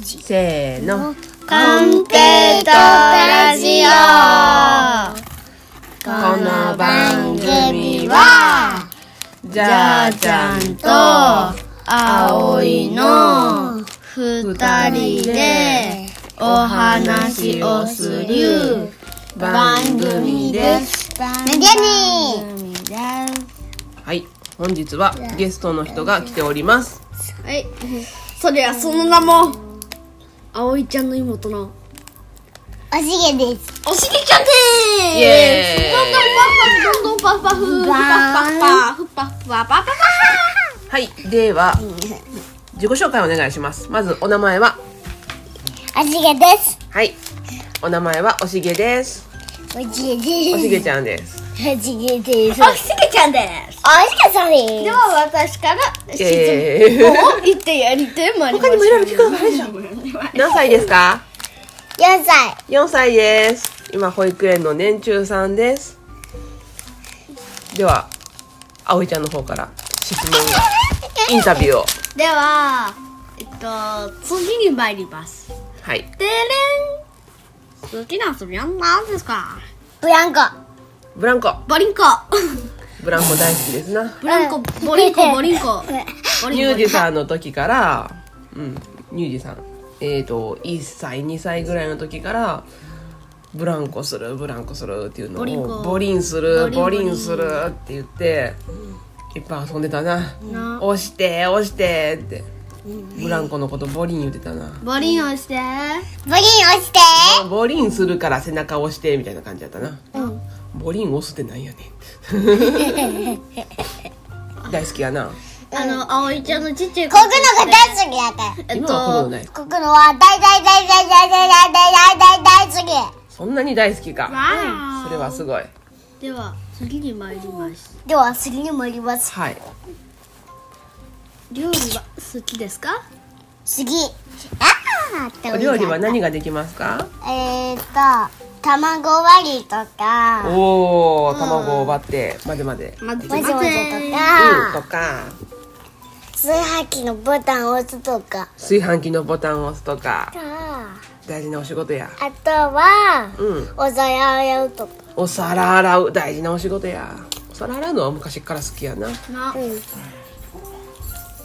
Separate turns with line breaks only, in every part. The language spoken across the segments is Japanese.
ジ
せーの
鑑定とラジオこの番組は
じ
じゃあちゃんと葵の二人でお話をする番組ですなんでに
はい本日はゲストの人が来ております
はいそれはその名も葵ちゃんの妹の
おしげです
おしげちゃんでーす
イエ
どんどんパフパフどんどんパフパフパフパフパフパフパフ
ーイはいでは自己紹介お願いしますまずお名前は
おしげです
はいお名前はおしげです
おしげ
おし
で
げちゃんです
すおしげです
おしげちゃんです
おしげさんです
では私から
イ
質
エーイ
問を言ってやりてまいりま
他にもいろいろ聞くのがあるでしょ何歳ですか
4歳
4歳です今保育園の年中さんですでは葵ちゃんの方から質問インタビューを
ではえっと次に参ります
はい
てれん好きな遊びは何ですか
ブランコ
ブランコ
ボリンコ
ブランコ大好きですな
ブランコボリンコボリン コボ
ニ
リ
ュ
ン
ー
コ
ジさんの時からうんニュージさんえー、と1歳2歳ぐらいの時からブランコするブランコするっていうの
ボリンコ
をボリンするボ
ボリン
リンするって言っていっぱい遊んでたな
な
押して押してってブランコのことボリン言ってたな
ボリンをして
ボリン押して
ボリンするから背中押してみたいな感じだったな、ボリン押すってなんやねん 大好きやな
あの葵ちゃんのちっちゃい
こぐのが大好きだから
えっ
今はほとんど
と
ない
こぐのは大大大大大大大大大大大好
そんなに大好きか
わ
それはすごい
ーでは次に参ります
きでは次に参ります
はい
料理は好きですか
次あーって
お
お
料理は
ね
何ができますか
えーっと卵割りとか
おお卵を割って混ぜ混ぜ
まず
わざわざと
うんと
か
か
炊飯器のボタンを押すとか
炊飯器のボタンを押すとか
あ
大事なお仕事や
とは
うん
お皿洗うとか
お皿洗う大事なお仕事やお皿洗うのは昔から好きやな
な
うん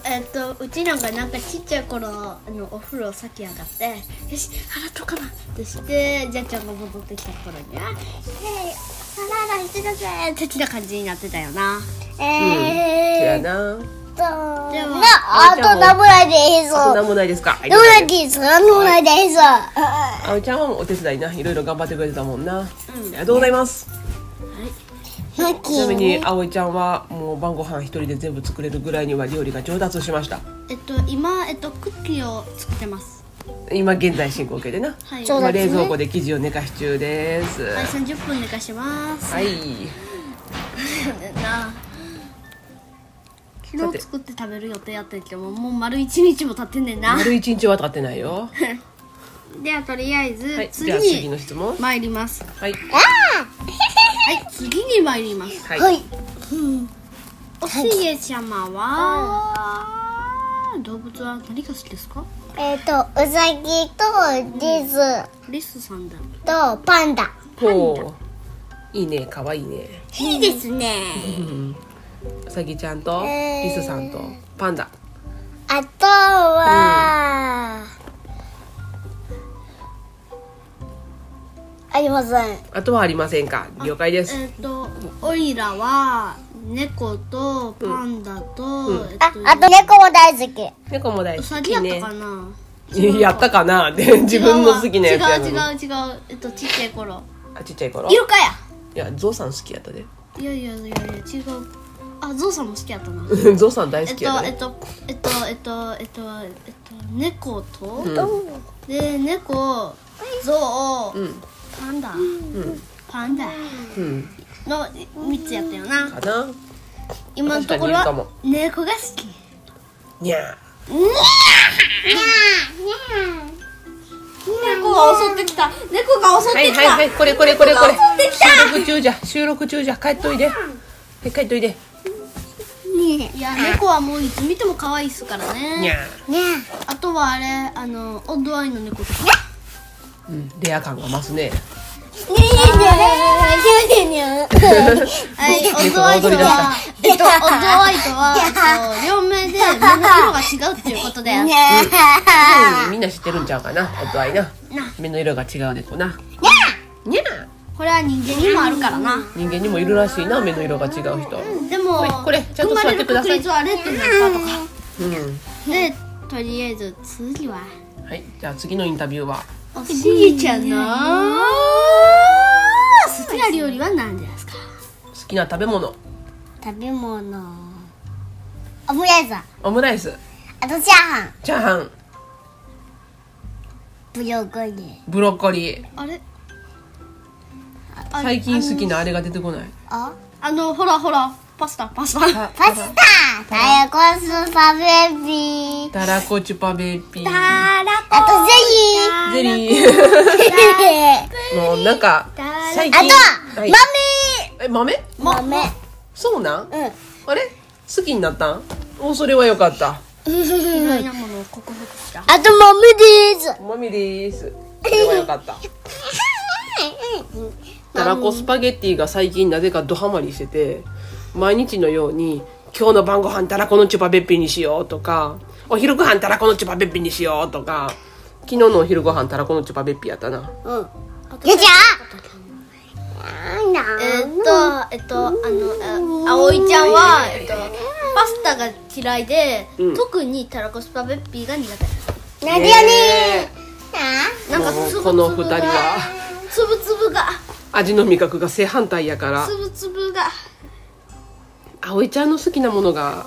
えっとうちなんかなんかちっちゃい頃あのお風呂先上がってよし洗っとかなってしてじゃあちゃんが戻ってきた頃には「ねえ皿洗いしてたぜ」的な感じになってたよな
そや
えーっと
な
な
でも
あと何もないです
そんなもんないですか
どうなんですかどうなんですか
あおちゃんはお手伝いないろいろ頑張ってくれてたもんな、ありがとうございます
マッ
ち
キ
なみ
ー
に葵ちゃんはもう晩ご飯一人で全部作れるぐらいには料理が上達しました
えっと今、えっと、クッキーを作ってます
今現在進行形でな、
はい
そう
は
今
だね
冷蔵庫で生地を寝かし中です
い30分寝かしてます
はい
な
さ
昨
て
日作って食べる予定やったけどもう丸一日も経ってんねんな
丸一日は経ってないよ
ではとりあえず、
はいじ
次
ゃあ次の
に
質問
参りますは
はい
い次に参ります
はい、
はい
おしげちゃまは動物は何が好きですか
えーっとうさぎとリス
リスさんだ
とパンダ
ほういいねかわいいね
いいですね
うんうさぎちゃんと
えー
リスさんとパンダ
あとは、ありません。
あとはありませんか了解です
えっ、とオイラは猫とパンダと、えっ
あ、あ
と
と猫も大好き。
猫も大
ウ
好
サ
き
ギやっ
ね
たかな、
やったかなで自分の好きなやつやの
違
に
うわ違う違う違うえっとちっちゃい頃
あちっちゃい頃
イルカや
いやゾウさん好きやったで
いやいやいやいや違うあゾウさんも好きやったな
ゾウさん大
え
好
っ
き
と
やったね
えっとえっとえっとえっとえっと猫と、
うん
で猫ゾウ、
うん
パンダ、
ん
パンダ
うん
の3つやったよな
かな
今のところ
確かにいる
は
か
猫が好き
にゃ
猫が襲ってきた猫が襲っ
ーは
て
い
き
はい
た、
はいこれこれこれこれ
猫が襲ってきた
収録中じゃ収録中じゃ帰っといではい帰っといで
ねいや猫はもういつ見ても可愛いっすから
にゃ
ね
ー
ねあとはあれあのオッドアイの猫とか
うん、レア感が増すね。
はい、オズワイトは、えっと、オズワイトは、えっと両名で目の色が違うっていうことで、ね、
うんみんな知ってるんちゃうかな、おとわいな。目の色が違う猫な。にゃー
これは人間にもあるからな。
人間にもいるらしいな、目の色が違う人。
でも、
これちゃんと
生ま
座
れ
って
る
くだ
確
さい
率は0.7%とか。
うん。
で、とりあえず次は、
はい、じゃあ次のインタビューは。
おしげちゃんの、好きな料理は何ですか
好きな食べ物。
食べ物オムライスあ
オムライス。
とチャーハン
チャーハン。
ブロッコリー
ブロッコリー。
あれ
最近好きなあれが出てこない。
あ
あの、ほらほら、パスタ、パスタ。
パスタタレコスパベビー
たらこチュパベピー。
あら
あとゼ
ゼリ
リ
ー。
ー
もうなんか、最近。
あと
はい
は
え、豆
豆豆
そうなん
うん
あれ好きになったんお、それはよかった。
意外なものを克服した。
あと豆です
もみでーす。それはよ かった。たらこスパゲッティが最近なぜかドハマりしてて毎日のように「今日の晩ご飯たらこのチュパベッピにしよう」とか「お昼ご飯たらこのチュパベッピにしよう」とか昨日のお昼ご飯たらこのチュパベッピやったな
うんじゃじゃーなんだ
えーっと、えっと、あの、あおいちゃんは、えっと、パスタが嫌いで、
うん
特にたらこスパベッピーが苦
なんでやね
手。なんか
もう
つぶ
この二人は
つぶつぶが、
味の味覚が正反対やから
つぶつぶが、
葵ちゃんの好きなものが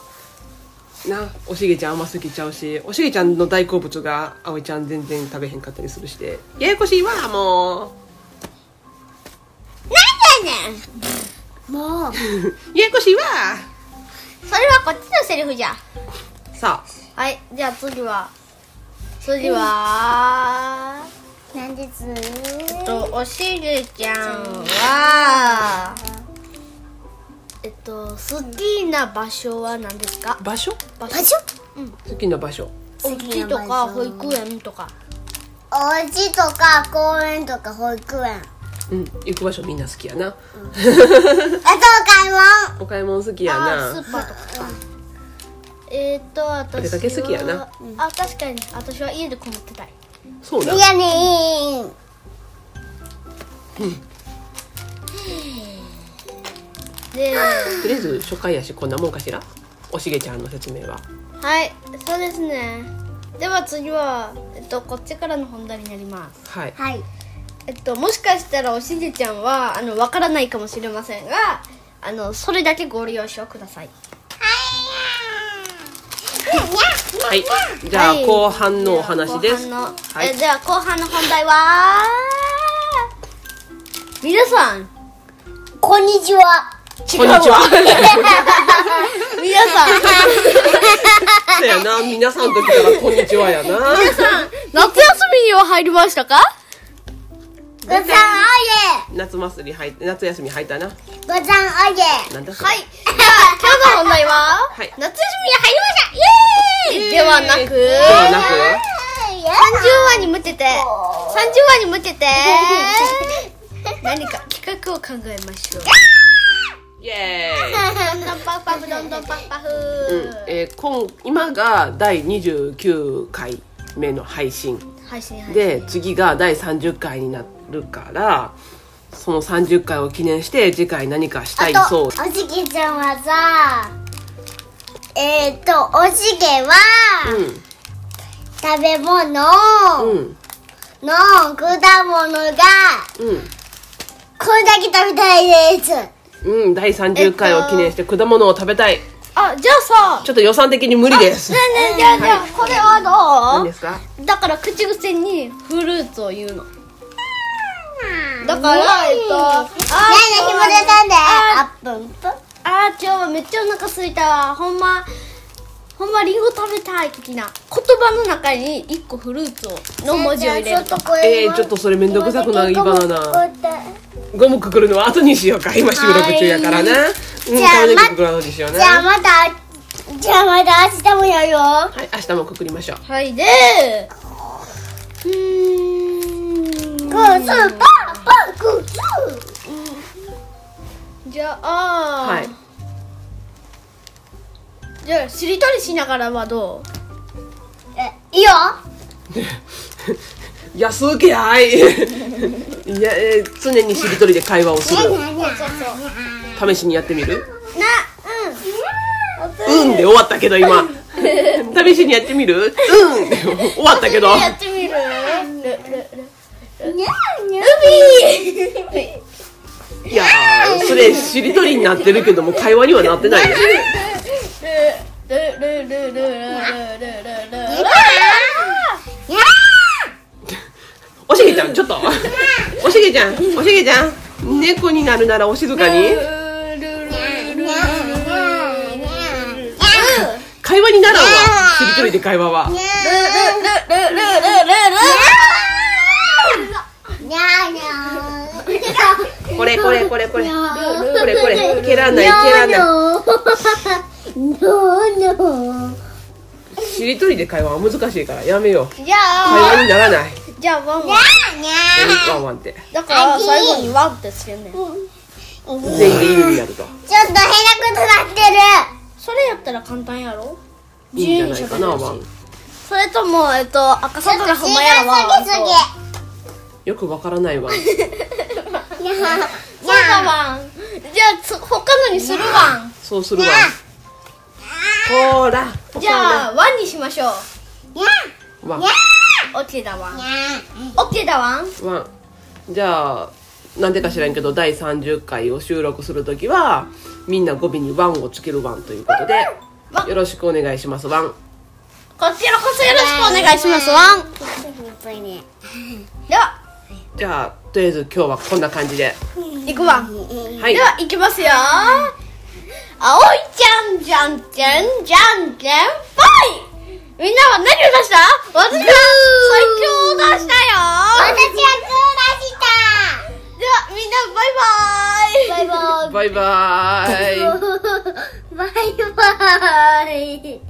なおしげちゃんあんま好きちゃうしおしげちゃんの大好物が葵ちゃん全然食べへんかったりするしてややこしいわも
もう
うややこしいわ
それはこっちのセリフじゃ。
さあ
はい、じゃあ次は、次は、
なんです
えっと、おしげちゃんは、えっと、好きな場所は何ですか
場所
場
場所
好きな場所
お家とか保育園とか。
お家とか公園とか保育園あ
うん、行く場所みんな好きやな。
と買い物
お買い物好きや
あース
な。
ーパーとかかえーっと私は
あれだけ好きやな
あ確かに私は家でこもってたい
そうだ
い。やねー
では
とりあえず初回やし、こんなもんかしら。おしげちゃんの説明は。
いそうですねでは次は、えっと、こっちからの本題になります
はい。
はい
えっともしかしたらおしげちゃんはあのわからないかもしれませんがあのそれだけご了承ください
はい。じゃあ、
はい
後半のお話です。
後半の
はい
えでは後半の本題は皆さん
こんにちは
こんにちは。
皆さん
そうやな、皆さんと来たら、こんにちはやな。
夏休みには入りましたか
ござんおいで
夏祭り入って、夏休み入ったな。
ござんおいで
なんだそれ
はい。。じゃあ、今日の問題は、
はい
夏休みに入りましたイエーイではなく、
ではなく。
30話に向けて、30話に向 けて、何か企画を考えましょう。
イエーイ。
どんどんパフパフ、どんどんパフパフ。
うん、えー、今、今が第29回目の配信。
配信配信。
で次が第30回になるからその30回を記念して次回何かしたい
あと
そう
おしげちゃんはさえっ、ー、とおしげは、食べ物の
うんうん
果物がこれだけ食べたいです
うん、うん、第30回を記念して果物を食べたい
あ、じゃあさ、
ちょっと予算的に無理です
ねえねえじゃあじゃあ、これは
何
ど
ですか
うだから、口癖にフルーツを言うの。だから、えっと、
何
あー
の紐出たんだよあっぷんぷん
あー今日はめっちゃお腹空いたわほんまほんまリンゴ食べたい的な言葉の中に一個フルーツをの文字を入れる
ちょ
と
っとこれ
えーちょっとそれめんどくさくない
今
バナナゴムくくるのは後にしようか今収録中やからねうん、
じゃあ
食べて
ま
くからですよね
じゃあまたじゃあまた明日もやるよ
はい明日もくくりましょう
はいでうーん
グースーパーパーグース
じゃあ、
はい
じゃあしりとりしながらはどう
ーえいいよ
安請け合い いや、えー常にしりとりで会話をする試しにやってみるなうんうんで終わったけど今試しにやってみるうんで終わったけど
やってみる
にゃーにゃ
いやーそれしりとりになってるけども会話にはなってないよ
ルルルルルルルルルル
ーにゃー
おしげちゃんちょっとおしげちゃんおしげちゃん猫になるならお静かに会話にならんわしりとりで会話は
にゃーにゃーてか
これこれこれこれこ
こ
れこれ蹴らない蹴らないしりとりで会話は難しいからやめよう
じゃ
会
あ
話にならない
じゃあワンワン
ワンワンって
だから最後にワンってつけんねん
全員で犬になると
ちょっと変なことなってる
それやったら簡単やろ
いいんじゃないかな
自由に喋れるし
ワン
それともえっと赤坂がほんまやらワンワンと
よくわから ないワン
すぎにゃー
そうだワンじゃあつ他のにするワン
そうするワンほーら
じゃあワンにしましょう
にゃ
ワン
オッケーだワ
ー
ン
にゃー
オッケーだワン
ワンじゃあなんでか知らんけど第30回を収録するときはみんな語尾に「ワン」をつける「ワン」ということで
ワン
よろしくお願いしますワン
こちらこそよろしくお願いしますワンでは
じゃあとりあえず今日はこんな感じで
いくワン
はい
ではいきますよ青いちゃんじゃんけんじゃんけんぽいみんなは何を出した私が最強を出した
私は
よ
グ
ではみんなバイバイ
ー出したバ
バイ
イバ
バーイ
イバイバイ